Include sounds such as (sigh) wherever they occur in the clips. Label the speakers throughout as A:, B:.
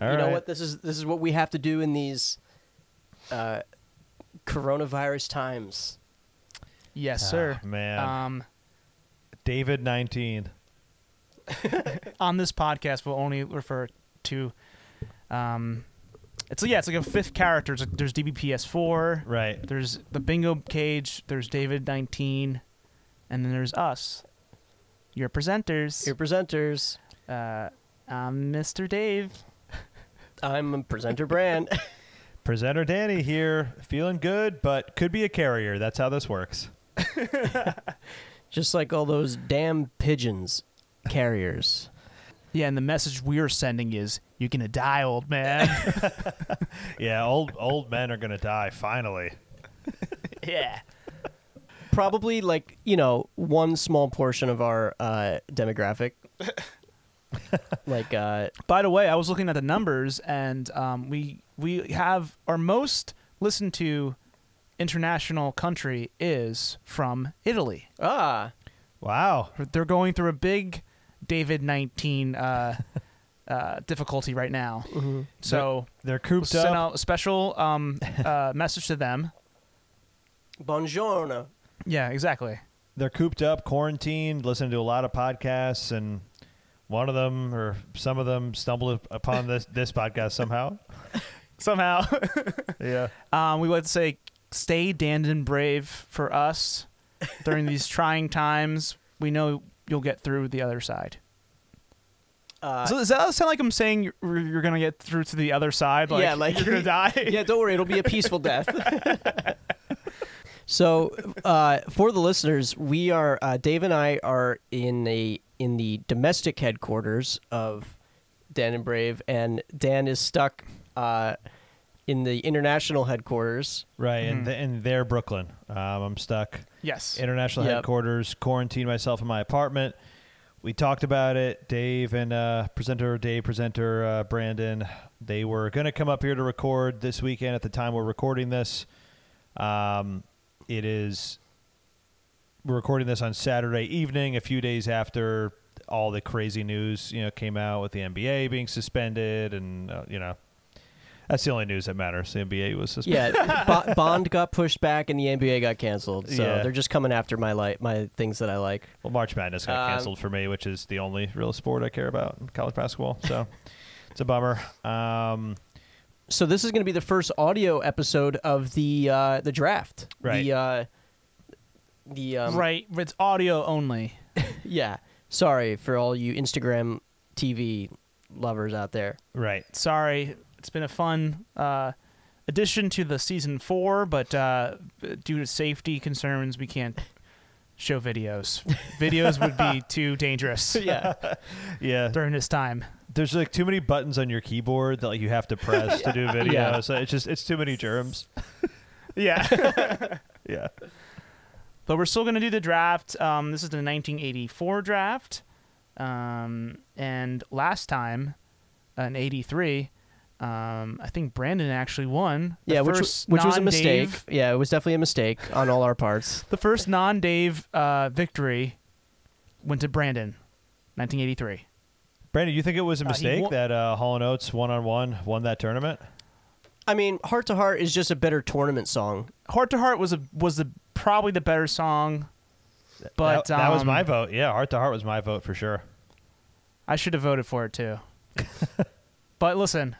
A: you know
B: right.
A: what? This is this is what we have to do in these uh, coronavirus times.
C: Yes, sir.
B: Ah, man.
C: Um,
B: David 19.
C: on this podcast, we'll only refer to. Um, it's yeah, it's like a fifth character. It's like, there's DBPS four.
B: Right.
C: There's the bingo cage. There's David nineteen, and then there's us, your presenters.
A: Your presenters.
C: uh, I'm Mr. Dave.
A: I'm presenter Brand. (laughs)
B: Presenter Danny here, feeling good, but could be a carrier. That's how this works.
A: Just like all those damn pigeons carriers.
C: Yeah, and the message we're sending is you're gonna die,
B: (laughs)
C: old man.
B: Yeah, old old men are gonna die finally.
C: yeah.
A: Probably like, you know, one small portion of our uh, demographic. like uh,
C: By the way, I was looking at the numbers, and um, we we have our most listened to international country is from Italy.
A: ah,
B: Wow.
C: They're going through a big David nineteen uh, uh, difficulty right now. Mm-hmm. So
B: They're
C: we'll
B: cooped
C: send
B: up.
C: out a special um, uh, message to them.
A: buongiorno.
C: (laughs) Yeah, exactly.
B: They're cooped up, quarantined, listening to a lot of podcasts, and one of them or some of them stumbled upon this this podcast somehow.
C: Somehow.
B: (laughs)
C: (laughs)
B: Yeah.
C: Um, we would say stay Danden brave for us during (laughs) these trying times. We know you'll get through the other side.
A: Uh,
C: so does that sound like I'm saying you're, you're gonna get through to the other side? Like,
A: Yeah, like-
C: you're (laughs) gonna die.
A: yeah, don't worry, it'll be a peaceful death. (laughs) so, uh, for the listeners, we are uh, Dave and I are in a in the domestic headquarters of Dan and Brave, and Dan is stuck uh, in the international headquarters.
B: Right, and th- and they're Brooklyn. Um, I'm stuck.
C: Yes.
B: International
A: Yep.
B: headquarters, quarantined myself in my apartment. We talked about it. Dave and uh, presenter Dave, presenter uh, Brandon, they were going to come up here to record this weekend at the time we're recording this. Um, it is, we're recording this on Saturday evening, a few days after all the crazy news, you know, came out with the NBA being suspended and, uh, you know, that's the only news that matters. The NBA was suspended.
A: Yeah, Bo- Bond got pushed back, and the NBA got canceled. So
B: Yeah.
A: they're just coming after my li- my things that I like.
B: Well, March Madness got
A: Um,
B: canceled for me, which is the only real sport I care about in college basketball.
C: (laughs)
B: So it's a bummer. Um,
A: So this is going to be the first audio episode of the uh, the draft.
B: Right.
A: The uh, the um,
C: right. It's audio only.
A: Yeah. Sorry for all you Instagram TV lovers out there.
B: right.
C: Sorry, it's been a fun uh, addition to the season four, but uh, due to safety concerns, we can't show (laughs) videos. videos would be too (laughs) dangerous
A: (laughs) Yeah.
B: Yeah.
C: during this time.
B: There's like too many buttons on your keyboard that like you have to press to
C: (laughs)
B: do video.
A: Yeah.
B: So it's just it's too many germs.
C: Yeah.
B: Yeah.
C: but we're still going to do the draft. Um, this is the 1984 draft, um, and last time, uh, in '83, um, I think Brandon actually won. the
A: yeah, which was,
C: first
A: which was a
C: non-Dave-
A: mistake. Yeah, it was definitely a mistake on all our parts.
C: The first non-Dave uh, victory went to Brandon, 1983.
B: Brandon, you think it was a
C: Uh, he
B: mistake
C: wa-
B: that uh, Hall and Oates one on one won that tournament?
A: I mean, Heart to Heart is just a better tournament song.
C: Heart to Heart was a was the probably the better song, but
B: that, that was
C: um,
B: my vote. Yeah, heart to heart was my vote for sure.
C: I should have voted for
A: (laughs)
C: it too. but listen,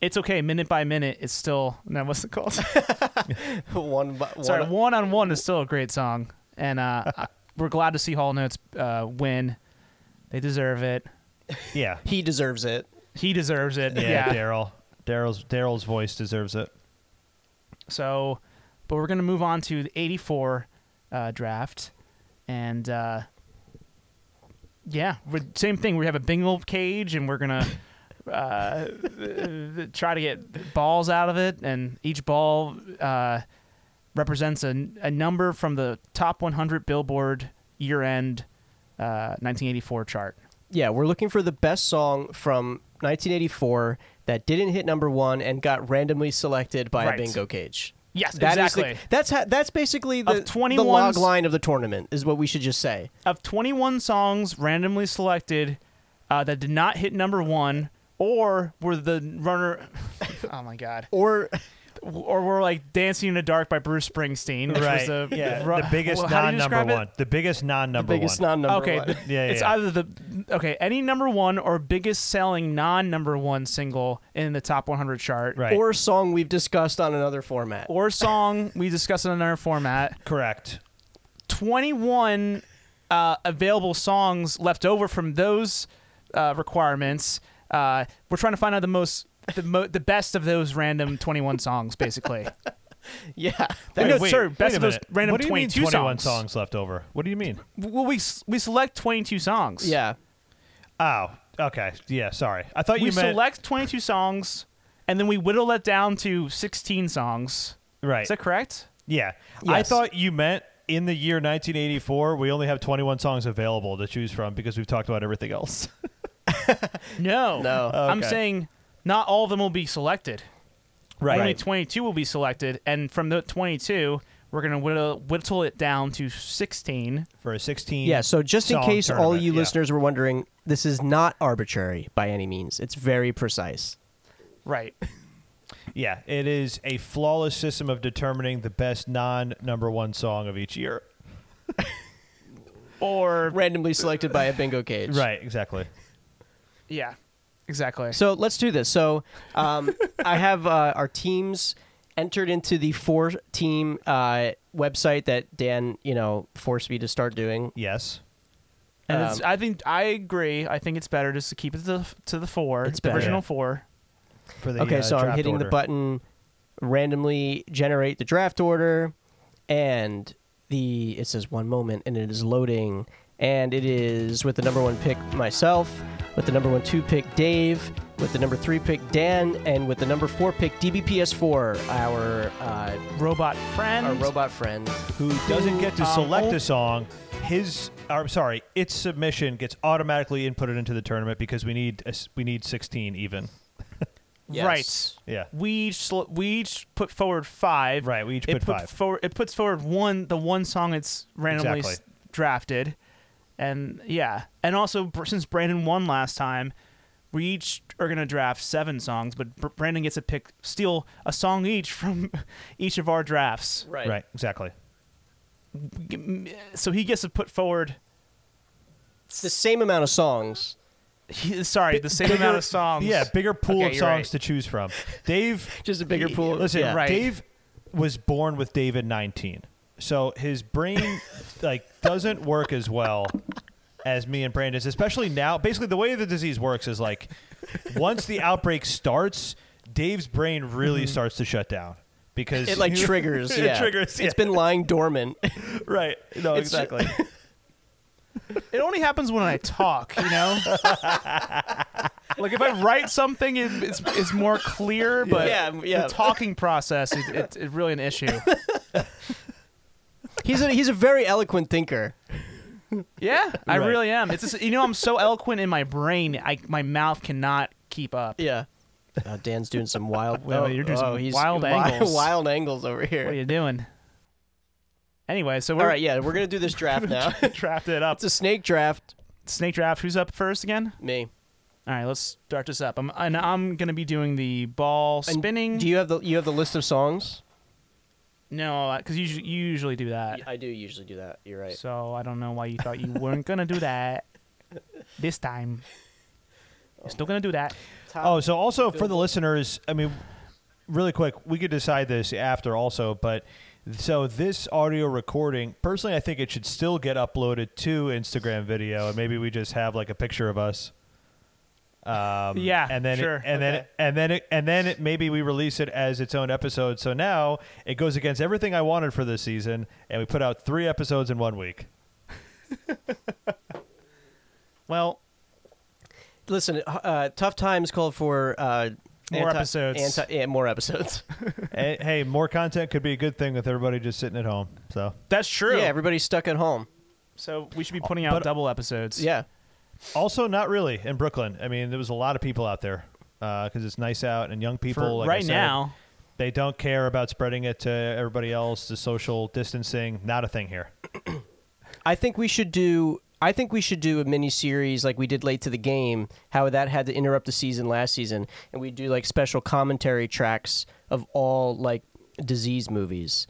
C: it's okay. Minute by minute, it's still. No, what's it called?
A: (laughs) one, bu-
C: Sorry,
A: one-
C: one on one is still a great song, and uh, I- we're glad to see Hall Notes uh, win. They deserve it.
B: Yeah.
A: he deserves it.
C: He deserves it.
B: Yeah,
C: Yeah.
B: Daryl. Daryl's Daryl's voice deserves it.
C: So, but we're gonna move on to the '84 uh, draft, and uh, yeah, we're, same thing. We have a bingo cage, and we're gonna. Uh, try to get balls out of it, and each ball uh, represents a, a number from the top 100 Billboard year-end uh, 1984 chart.
A: Yeah, we're looking for the best song from 1984 that didn't hit number 1 and got randomly selected by
C: Right.
A: a bingo cage.
C: Yes,
A: That is the-
C: exactly.
A: that's ha- that's basically
C: Of
A: the, the
C: 21's
A: log line of the tournament is what we should just say.
C: of 21 songs randomly selected uh, that did not hit number one, or we're the runner. (laughs) oh my god.
A: (laughs) Or
C: Or we're like Dancing in the Dark by Bruce Springsteen, which
B: right.
C: was a,
B: yeah.
C: ru-
B: the biggest
C: well, how do
B: non
C: you
B: number
C: describe it?
B: one. The biggest non number
A: biggest
B: one.
A: non-number
C: okay,
A: one.
C: the-
B: Yeah, yeah,
C: it's
B: yeah.
C: either the okay any number one or biggest selling non number one single in the top 100 chart,
B: right.
A: or song we've discussed on another format.
C: Or song we discussed in another format.
B: correct.
C: 21 uh, available songs left over from those uh, requirements. Uh, we're trying to find out the most. The, mo- the best of those random 21 songs, basically.
A: yeah,
B: (laughs)
C: Wait,
A: That-
C: no, sorry, best
B: a
C: of those
B: minute.
C: random
B: what do you mean
C: 22
B: 21
C: songs.
B: songs left over. What do you mean?
C: well, we s- we select 22 songs.
A: yeah.
B: (laughs) Oh, okay. Yeah, sorry. I thought
C: we
B: you meant
C: select 22 songs, and then we whittle that down to 16 songs.
B: right.
C: Is that correct?
B: Yeah. I
A: Yes.
B: thought you meant in the year 1984, we only have 21 songs available to choose from because we've talked about everything (laughs) else.
C: No,
A: No.
C: I'm
B: Okay.
C: saying not all of them will be selected. Only 22 will be selected, and from the 22, we're gonna whittle, whittle it down to 16.
B: For a 16.
A: Yeah, so just in
B: song
A: case all
B: tournament,
A: you
B: yeah.
A: listeners were wondering, this is not arbitrary by any means. It's very precise.
B: (laughs)
C: Right.
B: Yeah, it is a flawless system of determining the best non number one song of each year.
C: Or
A: Randomly selected by a bingo cage.
B: Right, exactly.
C: yeah, exactly.
A: So let's do this. So um, I have uh, our teams entered into the four team uh, website that Dan, you know, forced me to start doing.
B: Yes.
C: and it's,
A: um,
C: I think I agree. I I think it's better just to keep it to the, to the four,
A: It's
C: the
A: better.
C: original
B: Yeah.
C: four.
B: For the,
A: Okay,
B: uh,
A: so I'm
B: draft
A: hitting
B: order.
A: the button, randomly generate the draft order, and the it says one moment, and it is loading, and it is with the number one pick myself, with the number one two pick Dave, with the number three pick Dan, and with the number four pick DBPS4, our uh,
C: Robot friend.
A: our robot friend.
B: Who doesn't get to
C: um,
B: select
C: oh-
B: a song? His, or, sorry, its submission gets automatically inputted into the tournament because we need a s we need 16 even.
A: Yes.
C: Right.
B: Yeah.
C: We each sl- we each put forward five.
B: Right, we each
C: it
B: put
C: put
B: five.
C: Forward, it puts forward one the one song it's randomly s-
B: Exactly.
C: drafted, and yeah, and also br- since Brandon won last time, we each are gonna draft seven songs, but Br- Brandon gets to pick steal a song each from (laughs) each of our drafts,
A: Right.
B: right exactly.
C: so he gets to put forward.
A: It's the same amount of
B: (laughs)
A: songs.
C: He, sorry, the same amount of songs.
B: Yeah, bigger pool
C: Okay,
B: of
C: you're
B: songs
C: right.
B: to choose
C: (laughs)
B: from. Dave,
A: Just a bigger pool.
B: Listen,
A: Yeah.
C: Right.
B: Dave was born with Dave at 19, so
A: (laughs)
B: his brain like doesn't work as well as me and Brandon's, especially now. Basically, the way the disease works is like once the outbreak starts, Dave's brain really starts to shut down because
A: Mm-hmm. It
B: (laughs)
A: like triggers.
B: It
A: Yeah.
B: triggers, yeah.
A: It's been lying
B: (laughs)
A: dormant.
B: right. No,
A: It's ju-
B: exactly.
C: It only happens when I talk, you
B: (laughs)
C: know. like if I write something, it, it's, it's more clear. But
A: Yeah, yeah.
C: the talking process is it, it's really
B: (laughs)
C: an issue.
A: he's a he's a very eloquent thinker.
C: Yeah, I
B: Right.
C: really am. It's just, you know I'm so eloquent in my brain, I my mouth cannot keep up.
A: Yeah. Uh, Dan's doing some
C: (laughs)
A: wild.
C: Well,
A: oh,
C: you're doing
A: oh,
C: some
A: he's
C: wild
A: wi- (laughs)
C: angles.
A: Wild angles over here.
C: What are you doing? Anyway, so we're
A: All right, yeah, we're gonna do this
C: (laughs)
A: draft now. (laughs)
C: drafted it up.
A: it's a snake draft.
C: Snake draft. Who's up first again?
A: Me.
C: All right, let's start this up. I'm and I'm gonna be doing the ball
A: And
C: spinning.
A: Do you have the you have the list of songs?
C: no, because you usu- you usually do that.
A: I do usually do that. You're right.
C: So I don't know why you thought you weren't gonna do (laughs) that this time. You're still gonna do that.
B: Oh, so also for the listeners, I mean, really quick, we could decide this after also, but so this audio recording, personally, I think it should still get uploaded to Instagram video, and maybe we just have like a picture of us. Um,
C: Yeah,
B: and then it-
C: sure.
B: and then and then it, and then it, maybe we release it as its own episode. So now it goes against everything I wanted for this season, and we put out three episodes in one week. (laughs)
C: Well,
A: Listen, uh, tough times called for uh,
C: More episodes.
A: Anti, yeah, more episodes.
B: hey, hey, more content could be a good thing with everybody just sitting at home. So
C: that's (laughs) true. uh,
A: Yeah, everybody's stuck at home.
C: so we should be putting out
B: But-
C: double episodes.
A: Yeah.
B: Also, not really in Brooklyn. I mean, there was a lot of people out there because it's nice out and young
C: For
B: people. like I
C: right
B: said,
C: now.
B: they don't care about spreading it to everybody else. The social distancing, not a thing here.
A: I think we should do I think we should do a mini series like we did late to the game, how that had to interrupt the season last season, and we do like special commentary tracks of all like disease movies.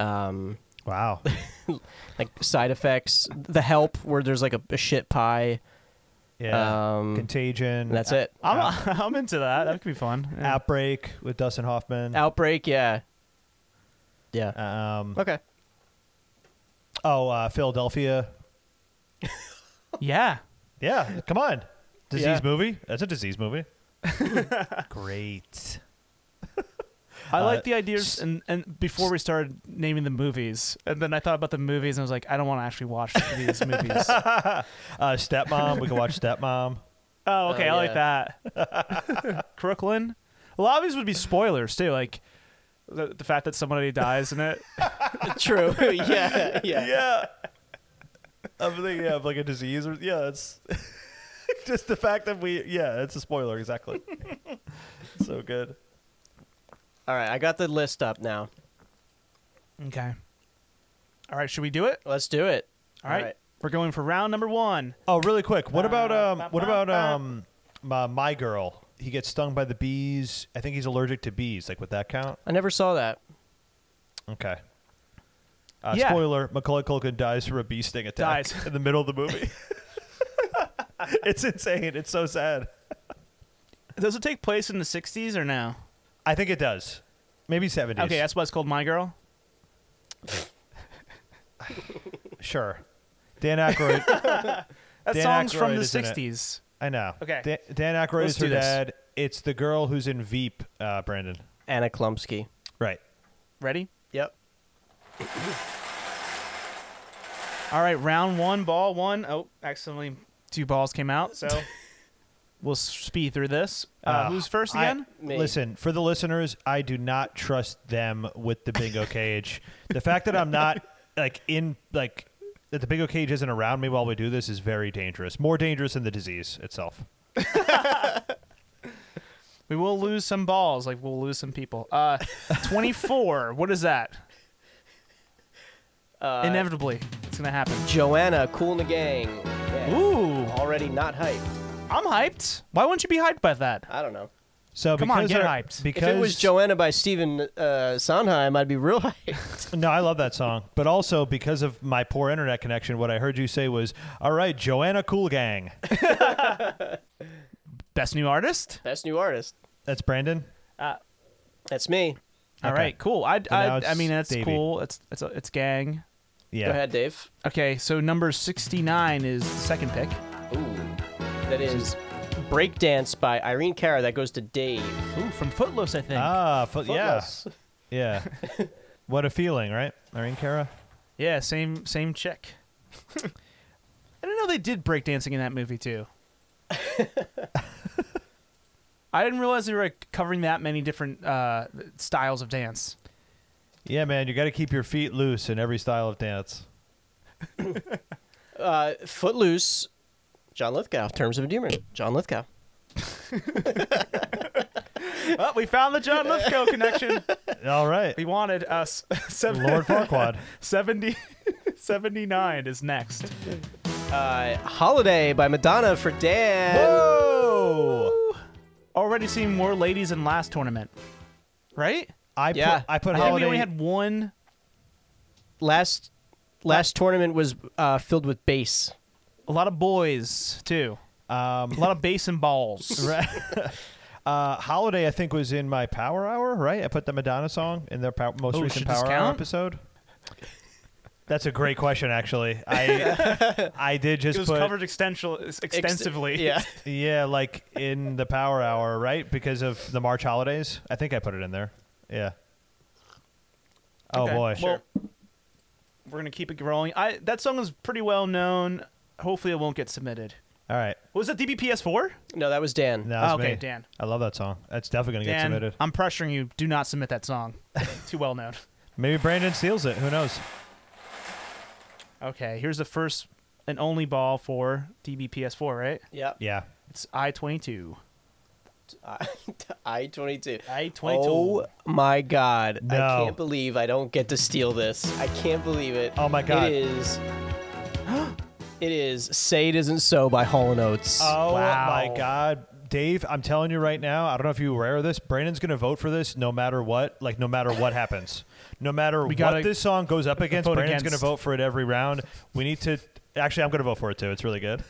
A: Um,
B: Wow.
A: like side effects, the help where there's like a, a shit pie,
B: (laughs) Yeah.
A: Um,
B: Contagion.
A: and that's it.
C: I'm, (laughs) I'm into that. That could be fun. Yeah.
B: Outbreak with Dustin Hoffman.
A: Outbreak, yeah, yeah.
B: um,
A: okay,
B: oh, uh, Philadelphia.
C: (laughs) yeah.
B: Yeah, come on. Disease
A: Yeah.
B: movie. That's a disease
C: (laughs)
B: movie. Great.
C: I
B: Uh,
C: like the ideas, and, and before we started naming the movies, and then I thought about the movies, and I was like, I don't want to actually watch these movies.
B: Uh, stepmom. we can watch Stepmom.
C: (laughs) Oh, okay,
A: Oh,
C: I
A: yeah.
C: like that. (laughs) Crooklyn. A lot of these would be spoilers too, like the, the fact that somebody dies in it.
A: true. (laughs) yeah, yeah,
B: Yeah. (laughs) I'm thinking yeah, of like a disease or yeah, it's (laughs) just the fact that we yeah, it's a spoiler (laughs) exactly. so good.
A: All right, I got the list up now.
C: Okay. All right, should we do it?
A: Let's do it.
C: All right.
A: All right.
C: We're going for round number one.
B: Oh, really quick. What about
C: Uh,
B: um what about um my, my girl? He gets stung by the bees. I think he's allergic to bees. Like would that count?
A: I never saw that.
B: Okay. Uh,
C: Yeah.
B: Spoiler: Macaulay Culkin dies from a bee sting attack (laughs)
C: Dies.
B: in the middle of the
C: (laughs)
B: movie. it's insane. It's so sad.
C: Does it take place in the '60s or no?
B: I think it does. Maybe seventies.
C: Okay, that's why it's called My Girl.
B: sure. Dan Aykroyd.
C: (laughs) That
B: Dan
C: song's from
B: Aykroyd
C: the
B: is in it.
C: '60s.
B: I know.
C: Okay.
B: Dan, Dan Aykroyd
C: Let's
B: is her
C: do this.
B: dad. It's the girl who's in Veep. Uh, Brandon.
A: Anna Klumsky.
B: Right.
C: Ready?
A: Yep.
C: All right, round one, ball one. Oh, accidentally, two balls came out. So (laughs) we'll speed through this. Uh,
B: Uh,
C: who's first
B: I-
C: again?
A: Me.
B: Listen, for the listeners, I do not trust them with the bingo cage. the fact that I'm not like in like that the bingo cage isn't around me while we do this is very dangerous. More dangerous than the disease itself.
C: We will lose some balls. Like we'll lose some people. (laughs) Uh, twenty-four. what is that? Uh, Inevitably, it's gonna happen.
A: Joanna, cool in the gang. Yeah.
C: Ooh,
A: Already not hyped.
C: I'm hyped. Why wouldn't you be hyped by that?
A: I don't know.
B: So
C: Come on,
B: because
C: get
B: our-
C: hyped. If it
B: Because
A: if it was Joanna by Stephen uh, Sondheim, I'd be real (laughs) hyped.
B: No, I love that song. But also because of my poor internet connection, what I heard you say was, "All right, Joanna Cool Gang."
C: Best new artist.
A: Best new artist.
B: That's Brandon.
A: That's me.
C: All
B: Okay.
C: right, cool. I,
B: now
C: I,
B: it's
C: I mean, that's
B: Davey.
C: cool. It's it's a, it's gang.
B: Yeah.
A: Go ahead, Dave.
C: Okay, so number sixty-nine is the second pick.
A: Ooh. That is Breakdance by Irene Cara. That goes to Dave.
C: Ooh, from Footloose, I think.
B: Ah, fo- yeah,
A: Footless.
B: yeah.
A: (laughs)
B: what a feeling, right, Irene Cara?
C: yeah, same same chick. (laughs) I didn't know they did breakdancing in that movie (laughs) too. I didn't realize they were like, covering that many different uh, styles of dance.
B: Yeah, man, you got to keep your feet loose in every style of dance.
A: Uh, Footloose. John Lithgow. Terms of Endearment. John Lithgow.
C: (laughs) Oh, we found the John Lithgow (laughs) connection.
B: All right,
C: We wanted us. (laughs) Seven,
B: Lord
A: (laughs)
B: Farquaad.
C: (laughs) 70, 79 is next.
A: Uh, Holiday by Madonna for Dan.
B: Whoa!
C: Already seen more ladies in last tournament, right?
B: I
A: Yeah.
B: put I put
C: I think we
B: holiday.
C: only had one.
A: Last last tournament was uh, filled with bass.
C: A lot of boys too.
B: um,
C: A lot of bass and balls.
B: (laughs) Right. uh, Holiday, I think, was in my Power Hour, right? I put the Madonna song in their pow- most
C: Oh,
B: recent
C: should this
B: Power Hour
C: count?
B: episode. That's a great question, actually.
C: (laughs)
B: I I did just
C: It was
B: put
C: covered extension- extensively. (laughs)
A: yeah. (laughs)
B: yeah, like in the Power Hour, right? Because of the March holidays. I think I put it in there. Yeah. Oh
C: Okay.
B: boy.
C: Well, we're gonna keep it rolling. I that song is pretty well known. Hopefully, it won't get submitted.
B: All right.
C: Was that DBPS4?
A: No, that was Dan.
B: That was
C: okay,
B: me.
C: Dan.
B: I love that song. That's definitely gonna get
C: Dan,
B: submitted.
C: I'm pressuring you. Do not submit that song. (laughs) Too well known.
B: Maybe Brandon steals it. Who knows?
C: Okay, here's the first and only ball for DBPS4. Right?
A: Yep.
B: Yeah.
C: It's I22.
A: I (laughs) twenty two.
C: I22.
A: Oh my God! I
B: No.
A: can't believe I don't get to steal this. I can't believe it.
B: Oh my God.
A: It is. (gasps) It is "Say It Isn't So" by Hall and Oates.
B: Oh
C: Wow.
B: my God, Dave! I'm telling you right now. I don't know if you were aware of this. Brandon's gonna vote for this, no matter what. Like no matter what happens, no matter
C: We gotta
B: what this song goes up against,
C: vote
B: Brandon's
C: against.
B: gonna vote for it every round. We need to. Actually, I'm gonna vote for it too. It's really good.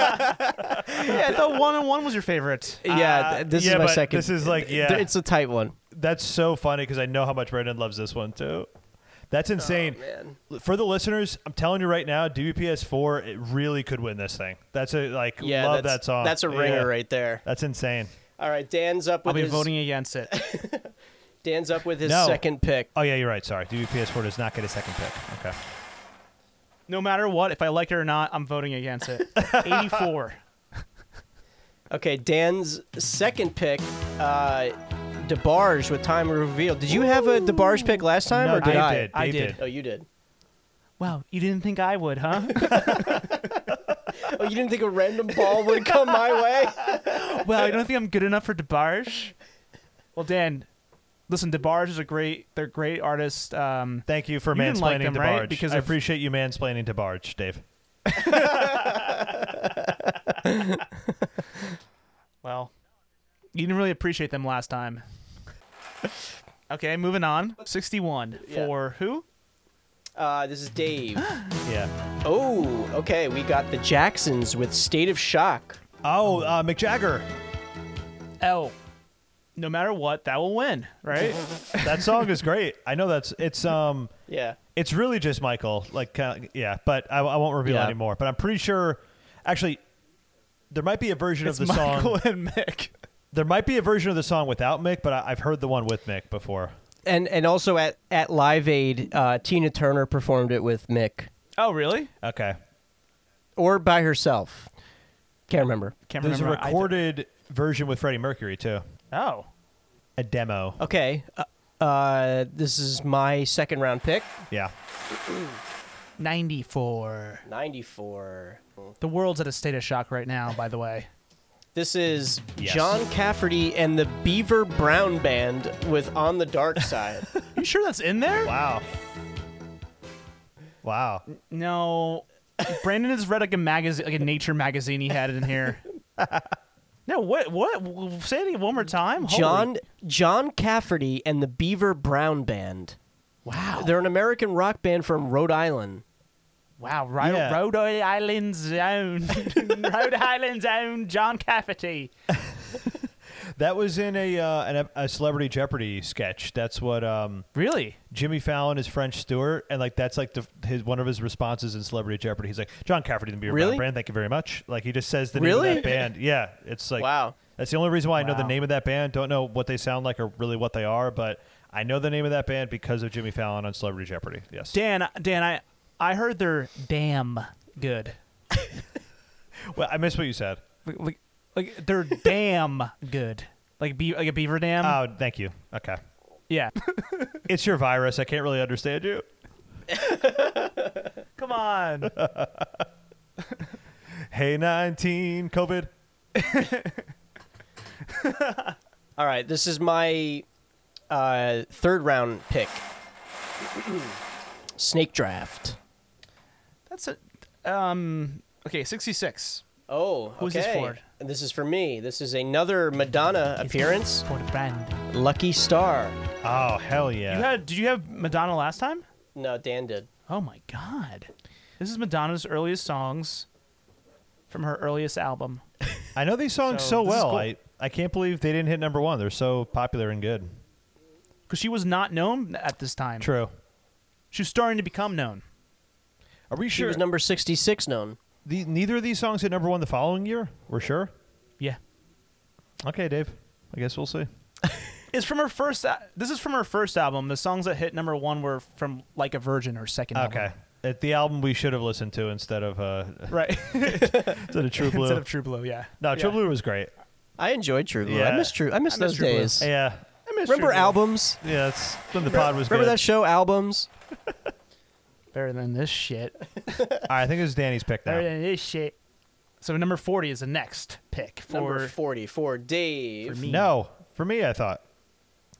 C: I thought one on one was your favorite.
A: yeah,
B: Uh,
A: th- this
B: yeah,
A: is my
B: but
A: second.
B: this is like-
A: th-
B: yeah.
A: it's a tight one.
B: That's so funny because I know how much Brandon loves this one too. That's insane.
A: Oh, man.
B: For the listeners, I'm telling you right now, DBPS four it really could win this thing. That's a like
A: Yeah,
B: love
A: that's,
B: that song.
A: That's a
B: Yeah.
A: ringer right there.
B: That's insane.
A: All right, Dan's up
C: I'll
A: with
C: be
A: his
C: voting against it.
A: Dan's up with his
B: No.
A: second pick.
B: Oh yeah, you're right. Sorry, DBPS four does not get a second pick. Okay.
C: No matter what, if I like it or not, I'm voting against it. 84.
A: Okay, Dan's second pick, uh, DeBarge with time revealed. Did you have a DeBarge pick last time,
B: No,
A: or did
B: Dave
A: I?
B: did.
C: I
B: Dave
C: did.
A: Oh, you did.
C: Wow, you didn't think I would, huh? (laughs)
A: Oh, you didn't think a random ball would come my
B: (laughs)
A: way?
C: well, I don't think I'm good enough for DeBarge. Well, Dan, listen, DeBarge is a great, they're great artists. Um,
B: Thank you for
C: You didn't
B: mansplaining
C: like them,
B: to
C: right?
B: Barge.
C: Because
B: Because I
C: of-
B: appreciate you mansplaining to Barge, Dave.
C: well, you didn't really appreciate them last time. okay, moving on. 61
A: Yeah.
C: for who?
A: Uh, this is Dave.
B: Yeah.
A: Oh, okay. We got the Jacksons with State of Shock.
B: Oh, uh, Mick Jagger.
C: L. No matter what, that will win, right?
B: That song is great. I know that's it's um
A: Yeah.
B: it's really just Michael. Like kinda, yeah, but I, I won't reveal
A: Yeah.
B: anymore. But I'm pretty sure, actually, there might be a version
C: it's
B: of the
C: Michael (laughs)
B: song.
C: and Mick.
B: There might be a version of the song without Mick, but I, I've heard the one with Mick before.
A: And and also at at Live Aid, uh, Tina Turner performed it with Mick
C: Oh, really?
B: Okay.
A: or by herself. Can't remember.
C: Can't
B: There's a
C: remember. either.
B: recorded version with Freddie Mercury too.
C: Oh.
B: A demo.
A: Okay. Uh, uh, this is my second round pick.
B: Yeah.
C: 94.
A: 94.
C: The world's at a state of shock right now, by the way.
A: This is
B: Yes.
A: John Cafferty and the Beaver Brown Band with On the Dark Side.
C: (laughs) you sure that's in there?
B: Wow. Wow.
C: No. Brandon has read like a magazine, like a nature magazine he had in here. (laughs) no, what? What? Say it one more time. Holy-
A: John John Cafferty and the Beaver Brown Band.
C: Wow.
A: They're an American rock band from Rhode Island.
C: Wow. Rhode,
B: Yeah.
C: Rhode Island's own. (laughs) Rhode Island's own John Cafferty.
B: That was in a uh, an, ep- a celebrity Jeopardy sketch. That's what um,
C: Really?
B: Jimmy Fallon is French Stewart, and like that's like the, his one of his responses in Celebrity Jeopardy. He's like John Cafferty, the beer
A: Really?
B: brand. Thank you very much. Like he just says the
A: Really?
B: name of that band. Yeah, it's like
A: Wow.
B: That's the only reason why I know the
C: Wow.
B: name of that band. Don't know what they sound like or really what they are, but I know the name of that band because of Jimmy Fallon on Celebrity Jeopardy. Yes.
C: Dan, Dan, I, I heard they're damn good.
B: Well, I missed what you said.
C: Like, like, like they're damn good. Like be like a beaver dam.
B: Oh, thank you. Okay.
C: yeah.
B: It's your virus. I can't really understand you. (laughs)
C: Come on.
B: Hey, nineteen COVID.
A: All right, this is my uh, third round pick. (clears throat) Snake draft.
C: That's a um okay, 66.
A: Oh,
C: Who's this
A: okay.
C: for?
A: And this is for me. This is another Madonna appearance.
C: For the brand.
A: Lucky Star.
B: Oh, hell yeah.
C: You had did you have Madonna last time?
A: No, Dan did.
C: Oh my god. This is Madonna's earliest songs from her earliest
B: (laughs)
C: album.
B: I know these songs so,
C: So, this is
B: well.
C: cool.
B: I, I can't believe they didn't hit number one. They're so popular and good.
C: Cuz she was not known at this time.
B: True.
C: She was starting to become known.
B: Are we
A: She
B: sure?
A: was number 66 known.
B: the, neither of these songs hit number one the following year. We're sure.
C: Yeah.
B: Okay, Dave. I guess we'll see.
C: It's from her first a- This is from her first album. The songs that hit number 1 were from Like a Virgin her second album.
B: Okay. At the album we should have listened to instead of uh,
C: Right.
B: (laughs)
C: (laughs)
B: instead of True Blue.
C: Instead of True Blue, yeah.
B: no, True
C: Yeah.
B: Blue was great.
A: I enjoyed True Blue. I
B: Yeah.
A: miss True. I miss
C: I miss
A: those
C: True Blue.
A: days.
B: Yeah,
C: I miss
A: Remember
C: True Blue.
A: albums?
B: yeah. It's when the pod was
A: Remember
B: good.
A: that show, Albums?
C: Better than this shit.
B: All right, I think it was Danny's pick now.
C: Better than this shit. So number 40 is the next pick for
A: Number 40 for Dave.
C: for me.
B: No, for me, I thought.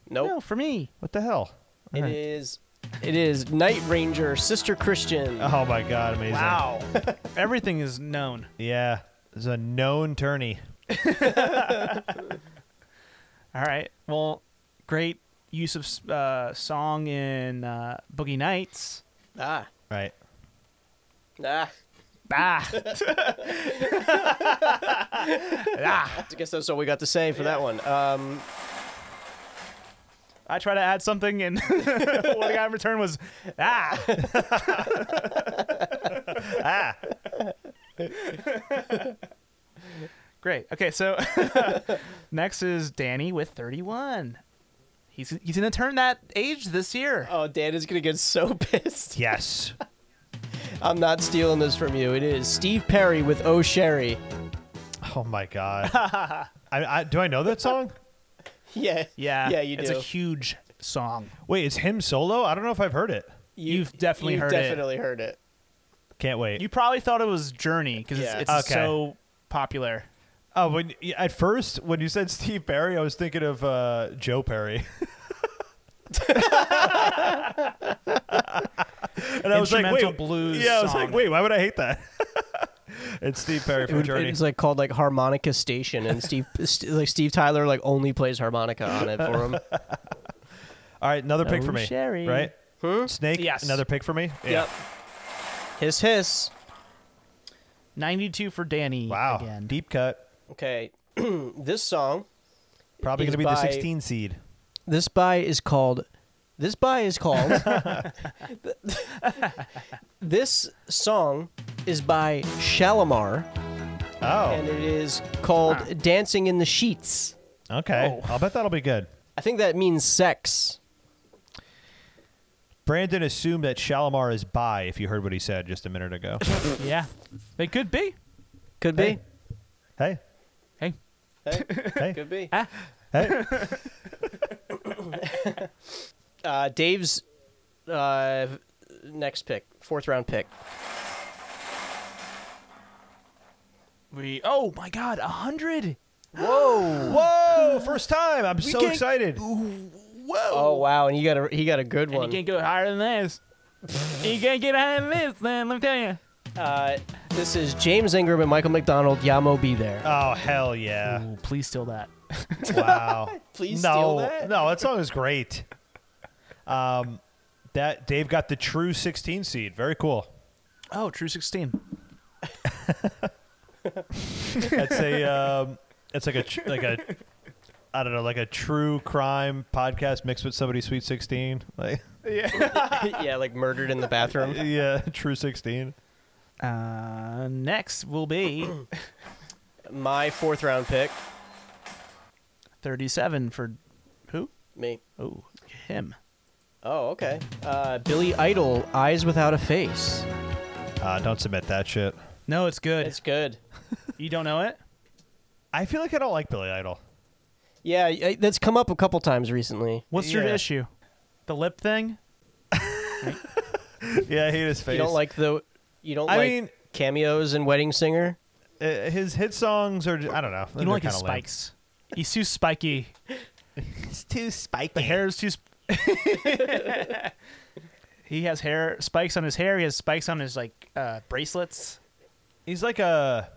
A: Nope.
C: No, for me.
B: What the hell?
A: It is
B: Alright.
A: It is Night Ranger, Sister Christian.
C: Ah.
B: Oh my god, amazing!
C: Wow. (laughs) Everything is known.
B: Yeah, it's a known tourney.
C: All right. Well, great use of uh, song in uh, Boogie Nights.
A: Ah,
B: Right.
A: ah.
C: Ah, Ah.
A: I guess that's all we got to say for that one. Um,
C: I try to add something, and (laughs) what I got in return was ah. (laughs)
B: Ah,
C: Great. Okay, so (laughs) next is Danny with 31. He's he's gonna turn that age this year.
A: oh, Dan is gonna get so (laughs) pissed.
B: yes.
A: I'm not stealing this from you. It is Steve Perry with Oh Sherry.
B: (laughs) Oh my
C: (laughs)
B: god. I, I, do I know that song?
A: Yeah,
C: Yeah.
A: yeah. You do.
C: It's a huge song.
B: Wait, it's him solo? I don't know if I've heard it.
C: You've definitely
A: you've
C: heard it.
A: definitely heard it.
B: Can't wait.
C: You probably thought it was Journey because
A: Yeah.
C: it's, it's
B: Okay.
C: so popular.
B: oh, when at first when you said Steve Perry, I was thinking of uh, Joe Perry. (laughs) and I was like,
C: Instrumental
B: wait,
C: blues
B: Yeah, I was like,
C: song.
B: wait, why would I hate that? (laughs) it's Steve Perry
A: It
B: from
A: would,
B: Journey.
A: it's like called like harmonica station, and Steve (laughs) st- like Steve Tyler like only plays harmonica on it
C: (laughs)
A: for him.
B: All right, another pick
C: Oh,
B: for me.
C: Sherry.
B: Right? Snake.
C: Yes.
B: Another pick for me. Yeah.
A: Yep. Hiss hiss.
C: 92 for Danny.
B: Wow.
C: Again.
B: Deep cut.
A: Okay, (clears throat) this song,
B: Probably
A: Is
B: going to be
A: by-
B: the 16 seed.
A: this by is called. This by is (laughs) called. this song is by Shalimar, and
B: Oh.
A: it is called "Dancing in the Sheets."
B: Okay. I'll bet that'll be good.
A: I think that means sex.
B: Brandon assumed that Shalimar is bi. If you heard what he said just a
A: (laughs)
B: minute ago.
C: Yeah. They could be.
A: Could be.
B: Hey. hey.
C: Hey. Ah.
B: Hey.
A: Could be.
B: hey.
A: (laughs) Uh, Dave's uh, next pick, fourth round pick.
C: We oh my god, 100.
B: Whoa! First time. I'm so
C: can't-
B: excited.
C: Whoa.
A: Oh wow, and you got a he got a good
C: and
A: one.
C: you can't go higher than this. (laughs) you can't get higher than this, man. Let me tell you.
A: Uh, this is James Ingram and Michael McDonald. Yamo be there.
B: Oh hell
A: (laughs)
B: yeah!
C: Ooh, please steal that.
B: Wow.
A: Please
B: no,
A: steal that.
B: no, that song is great. Um, that Dave got the true 16 seed. Very cool.
C: Oh, true 16.
A: (laughs)
B: That's a um, that's like a tr- like a I don't know like a true crime podcast mixed with somebody sweet 16. Like
A: yeah, like murdered in the bathroom.
B: (laughs) yeah, true 16.
C: Uh, next will (coughs) be
A: My fourth round pick.
C: 37 for who?
A: Me.
C: Oh, him.
A: Oh, okay. Uh, Billy Idol, Eyes Without a Face.
B: Uh, don't submit that shit.
C: No, it's good.
A: It's good.
C: you don't know it?
B: I feel like I don't like Billy Idol.
A: Yeah, I- that's come up a couple times recently.
C: What's your
B: Yeah.
C: issue? The lip thing?
B: Yeah, I hate
C: (laughs)
B: his face.
A: You don't like the, you don't
B: I
A: like
B: mean-
A: cameos in Wedding Singer.
B: Uh, his hit songs are. j- I don't know.
C: You don't like his spikes. He's too spiky.
B: It's too spiky.
C: The hair is too. Sp- he has hair spikes on his hair. He has spikes on his like uh, bracelets.
B: He's like a,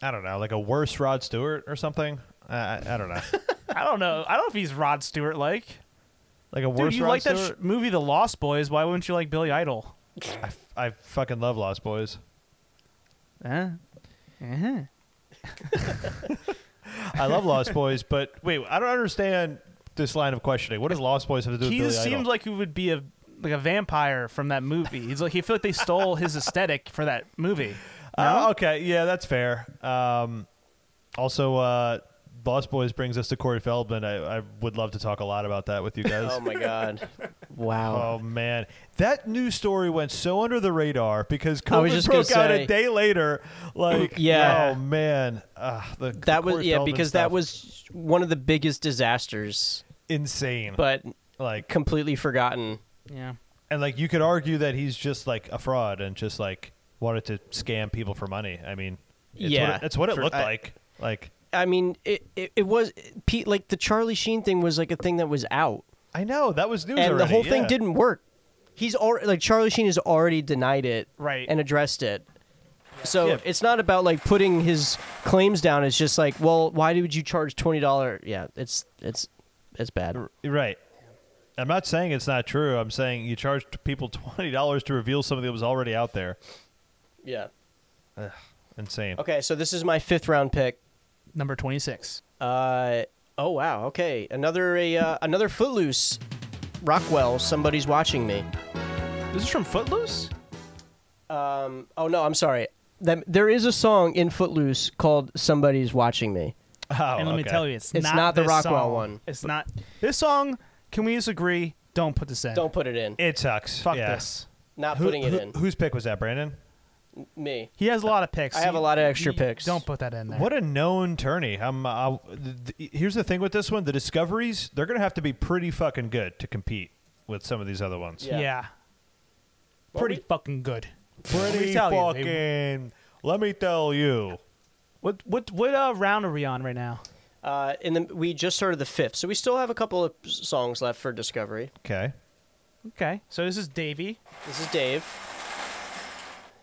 B: I don't know, like a worse Rod Stewart or something. I, I, I don't
C: (laughs)
B: know,
C: I don't know. I don't know if he's Rod Stewart like.
B: like a
C: Dude,
B: worse
C: you
B: Rod
C: like that sh-
B: Stewart.
C: movie, The Lost Boys? Why wouldn't you like Billy Idol?
B: I, f- I fucking love Lost Boys.
C: Huh? Uh-huh.
B: I love
C: (laughs)
B: Lost Boys, but wait, I don't understand this line of questioning. What does Lost Boys have to do with
C: He
B: Billy
C: seems
B: Idol?
C: like he would be a like a vampire from that movie. He's like he feel like they stole his aesthetic for that movie.
B: Uh, okay, yeah, that's fair. Um, also, uh, Lost Boys brings us to Corey Feldman. I, I would love to talk a lot about that with you
C: (laughs)
B: guys.
A: Oh my
B: (laughs)
A: God. Wow.
B: Oh man, that news story went so under the radar because
A: I was
B: COVID
A: just
B: broke out
A: gonna
B: a
A: say-
B: day later. Like,
A: Yeah.
B: oh man, Ugh, the
A: that was
B: Corey
A: yeah
B: Feldman
A: because
B: stuff,
A: that was one of the biggest disasters,
B: insane.
A: but
B: like,
A: completely forgotten.
C: Yeah.
B: and like you could argue that he's just like a fraud and just like wanted to scam people for money. I mean, it's
A: Yeah.
B: what it, it's what it
A: For-
B: looked
A: I-
B: like. Like,
A: I mean, it, it, it was Pete like the Charlie Sheen thing was like a thing that was out,
B: I know that was news,
A: and the
B: already,
A: whole thing
B: yeah.
A: didn't work. he's already like Charlie Sheen has already denied it
C: Right.
A: and addressed it. So
B: Yeah.
A: it's not about like putting his claims down. It's just like, well, why did you charge twenty dollar? Yeah, it's it's it's bad.
B: Right. I'm not saying it's not true. I'm saying you charged people twenty dollars to reveal something that was already out there.
A: Yeah.
B: Insane.
A: Okay, so this is my fifth round pick.
C: Number 26.
A: Uh, oh wow. Okay, another a uh, another Footloose. Rockwell, somebody's watching me.
C: This is from Footloose?
A: Um, oh no, I'm sorry. That, there is a song in Footloose called "Somebody's Watching Me."
B: Oh,
C: and let me
B: okay.
C: tell you, it's,
A: It's
C: not,
A: not the
C: this
A: Rockwell
C: song.
A: one.
C: It's not. This song, can we just agree? Don't put this in.
A: Don't put it in.
B: it sucks.
C: Fuck
B: Yeah.
C: this.
A: Not
B: Who-
A: putting it
B: who-
A: in.
B: Whose pick was that, Brandon?
A: Me.
C: He has a lot of picks.
A: I have a
C: You-
A: lot of extra
C: you
A: picks.
C: Don't put that in there.
B: What a known tourney. I'm, uh, th- th- here's the thing with this one: the discoveries they're going to have to be pretty fucking good to compete with some of these other ones.
A: Yeah.
C: yeah.
A: Well,
C: Pretty
A: we-
C: fucking good.
B: Pretty
C: We tell you,
B: fucking.
C: they-
B: let me tell you.
C: What what what uh, round are we on right now?
A: Uh, and then we just started the fifth, so we still have a couple of s- songs left for Discovery.
B: Okay.
C: Okay, so this is Davey,
A: This is Dave.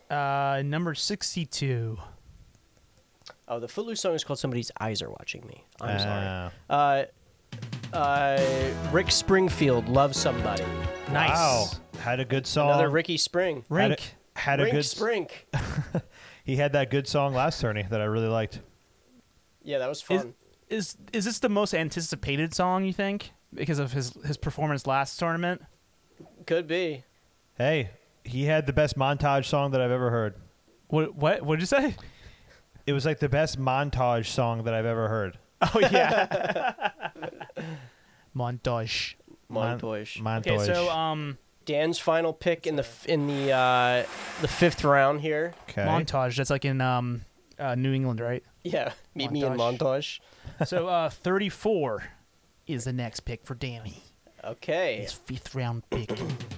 C: uh, number sixty-two.
A: Oh, the Footloose song is called "Somebody's Eyes Are Watching Me." I'm
B: Ah.
A: sorry. Uh, uh, Rick Springfield, "Love Somebody."
C: Nice.
B: Wow. Had a good song.
A: Another Ricky Spring.
B: Had a,
C: Rink.
B: Oh. had a
A: Rink
B: good. (laughs)
A: Sprink.
B: He had that good song last tourney that I really liked.
A: Yeah, that was fun.
C: Is, is is this the most anticipated song you think because of his his performance last tournament?
A: Could be.
B: Hey, he had the best montage song that I've ever heard.
C: What what what did
B: (laughs)
C: you say?
B: It was like the best montage song that I've ever heard.
C: Oh yeah. (laughs) Montage.
B: Mon-
A: Montage.
B: Montage.
C: Okay, so um,
A: Dan's final pick in the f- in the uh, the fifth round here. (laughs)
B: okay.
C: montage. That's like in um, uh, New England, right?
A: Yeah, meet me in
C: Montage.
A: montage.
C: so
B: (laughs)
C: uh, thirty-four is the next pick for Danny.
A: Okay,
C: His fifth round
B: (clears throat)
C: pick.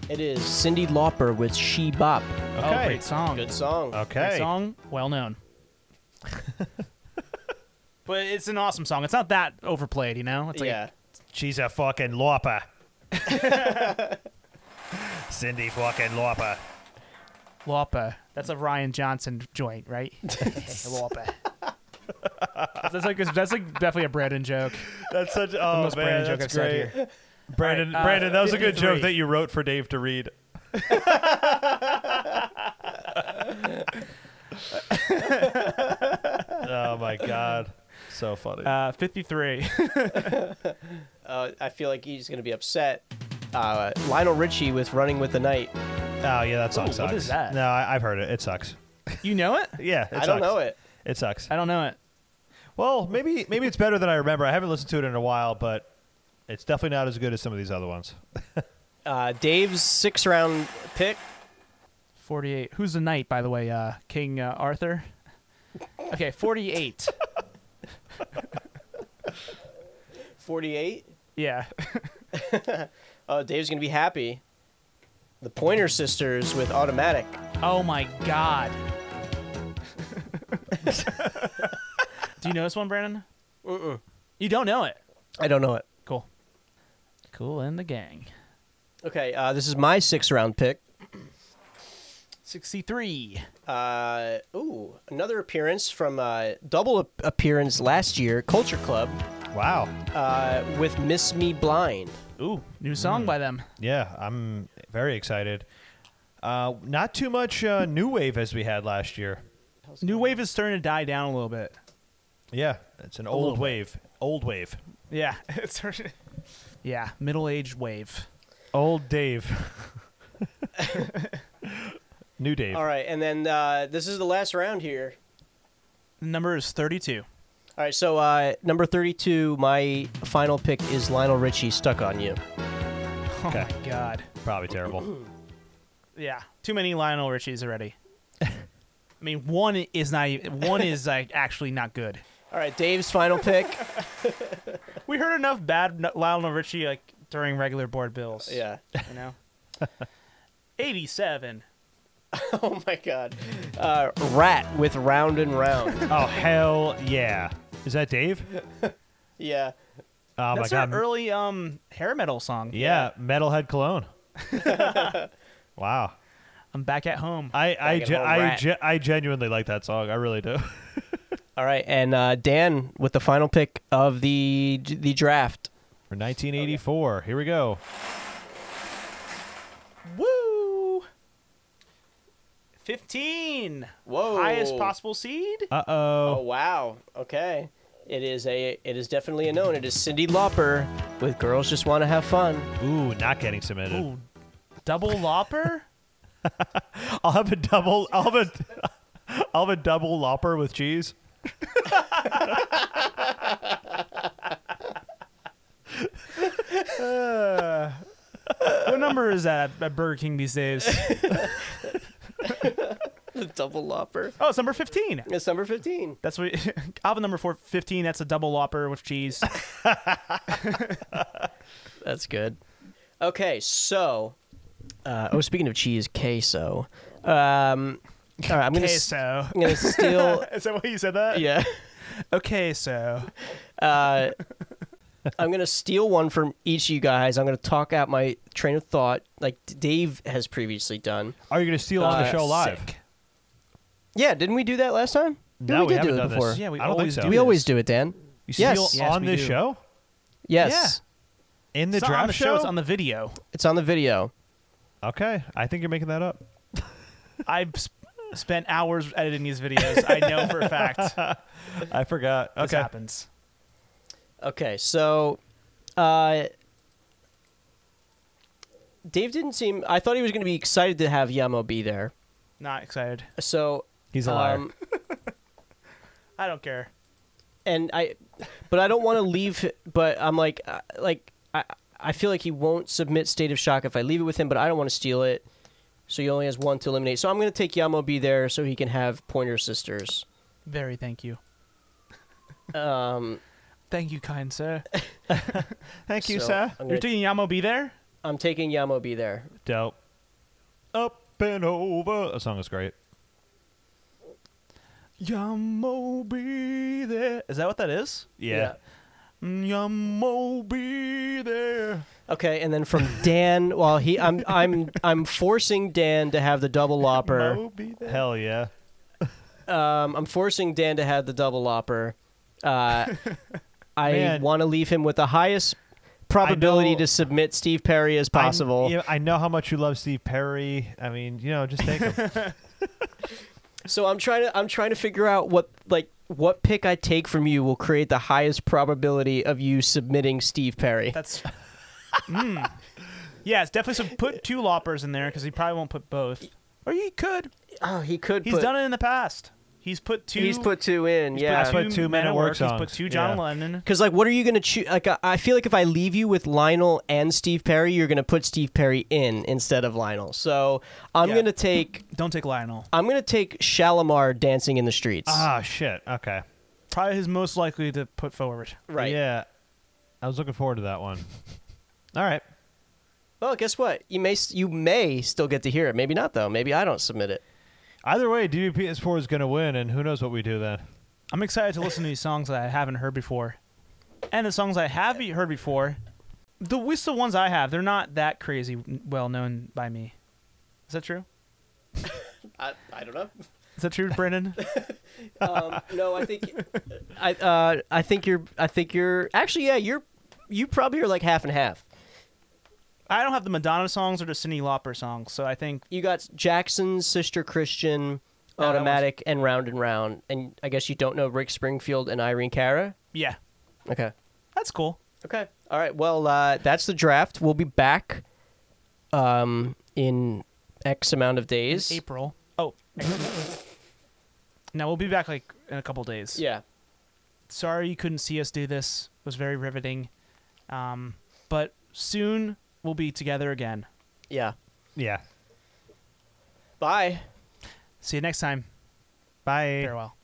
A: it is Cindy Lauper with She Bop.
C: Oh,
B: okay.
C: great song.
A: Good song.
B: okay.
C: Great song, well known.
B: (laughs)
C: but it's an awesome song. It's not that overplayed, you know. It's like,
A: yeah,
B: She's a fucking loper. (laughs) Cindy fucking loper.
C: Lopa. That's a Ryan Johnson joint, right? Lopa. that's like that's like definitely a Brandon joke.
B: That's such oh
C: most
B: man,
C: Brandon joke
B: that's
C: I've said
B: great.
C: here.
B: Brandon,
C: All right, uh,
B: Brandon, that was a good
C: 53.
B: joke that you wrote for Dave to read. (laughs) oh my god, so funny.
C: Uh, Fifty-three.
A: uh, I feel like he's gonna be upset. Uh, Lionel Richie with Running with the Night.
B: oh yeah, that song
C: Ooh, what
B: sucks.
C: is that?
B: No, I, I've heard it. It sucks.
C: (laughs) you know it?
B: Yeah, it
A: I don't
B: sucks.
A: know it.
B: It sucks.
C: I don't know it.
B: Well, maybe maybe it's better than I remember. I haven't listened to it in a while, but it's definitely not as good as some of these other ones.
A: Uh, Dave's six round pick.
C: Forty-eight. Who's the knight, by the way? Uh, King uh, Arthur. Okay,
B: (laughs)
C: forty-eight.
A: Forty eight.
C: yeah.
A: Oh, Dave's gonna be happy. The Pointer Sisters with Automatic.
C: Oh my god. Do you know this one, Brandon?
B: Uh-uh.
A: Mm-mm.
C: You don't know it.
A: I don't know it.
C: Cool. Cool and the gang.
A: Okay, uh, this is my six round pick.
C: 63.
A: Uh, ooh, another appearance from uh, double ap- appearance last year, Culture Club,
B: Wow.
A: uh, with Miss Me Blind.
C: Ooh, new song by them.
B: Yeah, I'm very excited. Uh, not too much uh, new wave as we had last year.
C: New wave is starting to die down a little bit.
B: Yeah, it's an
C: little
B: old
C: bit.
B: wave. Old wave.
C: Yeah, (laughs) it's starting. (laughs) Yeah, middle-aged wave.
B: Old Dave. (laughs) new Dave.
A: All right, and then uh, this is the last round here.
C: The number is 32.
A: All right, so uh, number 32, my final pick is Lionel Richie, Stuck on You.
C: Oh
B: Okay.
C: my god.
B: Probably terrible.
C: Yeah, too many Lionel Richies already. I mean, one is not even, one is like actually not good.
A: All right, Dave's final pick.
C: We heard enough bad N- Lionel Richie like during regular board bills.
A: (laughs) yeah. (laughs)
C: you know. 87.
A: Oh my God. Uh, Rat with Round and Round.
B: oh hell yeah! Is that Dave?
A: (laughs) yeah.
B: Oh
C: That's
B: my
C: their
B: god.
C: early um hair metal song.
B: yeah, Metalhead Cologne. Wow.
C: I'm back at home.
B: I
A: Dragon
B: I, ge-
A: Ball
B: I,
A: Rat.
B: ge- I genuinely like that song. I really do. (laughs)
A: All right, and uh, Dan with the final pick of the the draft.
B: For
C: Oh,
B: 1984, here we go.
C: Woo! 15.
A: Whoa!
C: Highest possible seed.
B: Uh
A: Oh
B: oh.
A: wow. Okay. It is a. It is definitely a known. It is Cindy Lauper with "Girls Just Want to Have Fun."
B: Ooh, not getting submitted.
C: Ooh, double lopper?
B: I'll have a double. I'll have a. I'll have a (laughs) double lopper with cheese.
C: (laughs) what number is that at Burger King these days?
A: (laughs) Double Lauper.
C: (laughs) Oh, it's number 15.
A: It's number fifteen.
C: That's what (laughs) Alvin number four, 15. That's a double lopper with cheese.
A: That's good. Okay, so. Uh, oh, speaking of cheese, queso. Um, all right, I'm gonna. s- (laughs)
C: queso.
A: I'm gonna
B: (laughs)
A: steal.
C: (laughs) Is that why you said that?
A: yeah.
C: Okay, so
A: Uh, I'm gonna steal one from each of you guys. I'm gonna talk out my train of thought, like Dave has previously done.
B: Are you going to steal on the
A: Uh,
B: show live?
C: sick.
A: Yeah, didn't we do that last time?
B: No, we,
A: did
B: haven't
A: do it
B: done
A: before.
B: this.
C: Yeah, we
B: I don't think
C: always
B: so.
C: do
A: we
C: this.
A: always do it, Dan.
B: You steal
A: Yes.
C: Yes,
B: on
C: we
B: this
C: do.
B: show
A: Yes,
B: in the
C: It's not
B: draft
C: on the show. It's on the video.
A: it's on the video.
B: okay, I think you're making that up.
C: I've sp- spent hours editing these videos. I know for a fact
B: I forgot.
C: this
B: Okay,
C: happens.
A: Okay, so uh, Dave didn't seem. I thought he was going to be excited to have Yamo be there.
C: Not excited.
A: So
B: he's a liar.
A: um,
C: I don't care.
A: and I, but I don't want to leave. But I'm like, uh, like I, I feel like he won't submit State of Shock if I leave it with him. But I don't want to steal it. So he only has one to eliminate. So I'm going to take Yamo be there so he can have Pointer Sisters.
C: Very thank you.
A: Um,
C: Thank you, kind
A: (laughs)
C: sir.
B: Thank you,
A: so
B: sir.
A: I'm,
C: You're
A: gonna-
C: doing Yamo be there?
A: I'm taking Yamo be there.
B: Dope. Up and over. That song is great.
C: Yamo be there. Is that what that is?
B: Yeah.
C: Yamo be there.
A: Okay, and then from Dan, well, he, I'm, I'm, I'm forcing Dan to have the double lopper.
C: Yamo be there.
B: Hell yeah.
A: Um, I'm forcing Dan to have the double lopper. Uh, I
B: Man.
A: want to leave him with the highest probability
B: know-
A: to submit Steve Perry as
B: I,
A: possible.
B: yeah, I know how much you love Steve Perry. I mean, you know, just take
C: (laughs)
B: him.
A: So I'm trying to, I'm trying to figure out what, like, what pick I take from you will create the highest probability of you submitting Steve Perry.
B: (laughs)
C: That's. mm. Yeah, it's definitely some.
A: Uh,
C: Put two loppers in there because he probably won't put both. Or he could.
A: Oh, he could.
C: He's
A: put,
C: done it in the past. He's put two.
A: He's put two in.
C: he's
A: yeah,
B: That's put two Men at Work
C: He's put
B: songs.
C: two John
B: Yeah.
C: Lennon.
A: Because like, what are you gonna choose? Like, I- I feel like if I leave you with Lionel and Steve Perry, you're gonna put Steve Perry in instead of Lionel. So I'm
C: Yeah.
A: gonna take
C: Don't take Lionel.
A: I'm gonna take Shalimar dancing in the streets.
B: ah, shit. Okay.
C: Probably his most likely to put forward.
A: right.
B: Yeah. I was looking forward to that
C: (laughs)
B: one. All right.
A: Well, guess what? You may s- you may still get to hear it. Maybe not though. Maybe I don't submit it.
B: Either way, DDPS4 is going to win, and who knows what we do then.
C: I'm excited to listen to these songs that I haven't heard before, and the songs I have be- heard before. The least the ones I have, they're not that crazy well known by me. Is that true?
A: I, I don't know.
C: Is that true, Brandon?
A: Um, (laughs) no, I think I uh, I think you're I think you're actually yeah you're you probably are like half and half.
C: I don't have the Madonna songs or the Cindy Lauper songs, so I think
A: you got Jackson's Sister Christian,
C: that one's-
A: Automatic, and Round and Round. And I guess you don't know Rick Springfield and Irene Cara?
C: yeah,
A: Okay.
C: that's cool.
A: Okay. All right. Well, uh, that's the draft. We'll be back um, in X amount of days.
C: April. Oh. (laughs) now we'll be back like in a couple days.
A: Yeah.
C: Sorry you couldn't see us do this. It was very riveting. Um, but soon we'll be together again.
A: Yeah.
B: Yeah.
A: Bye.
C: See you next time.
B: Bye.
C: Farewell.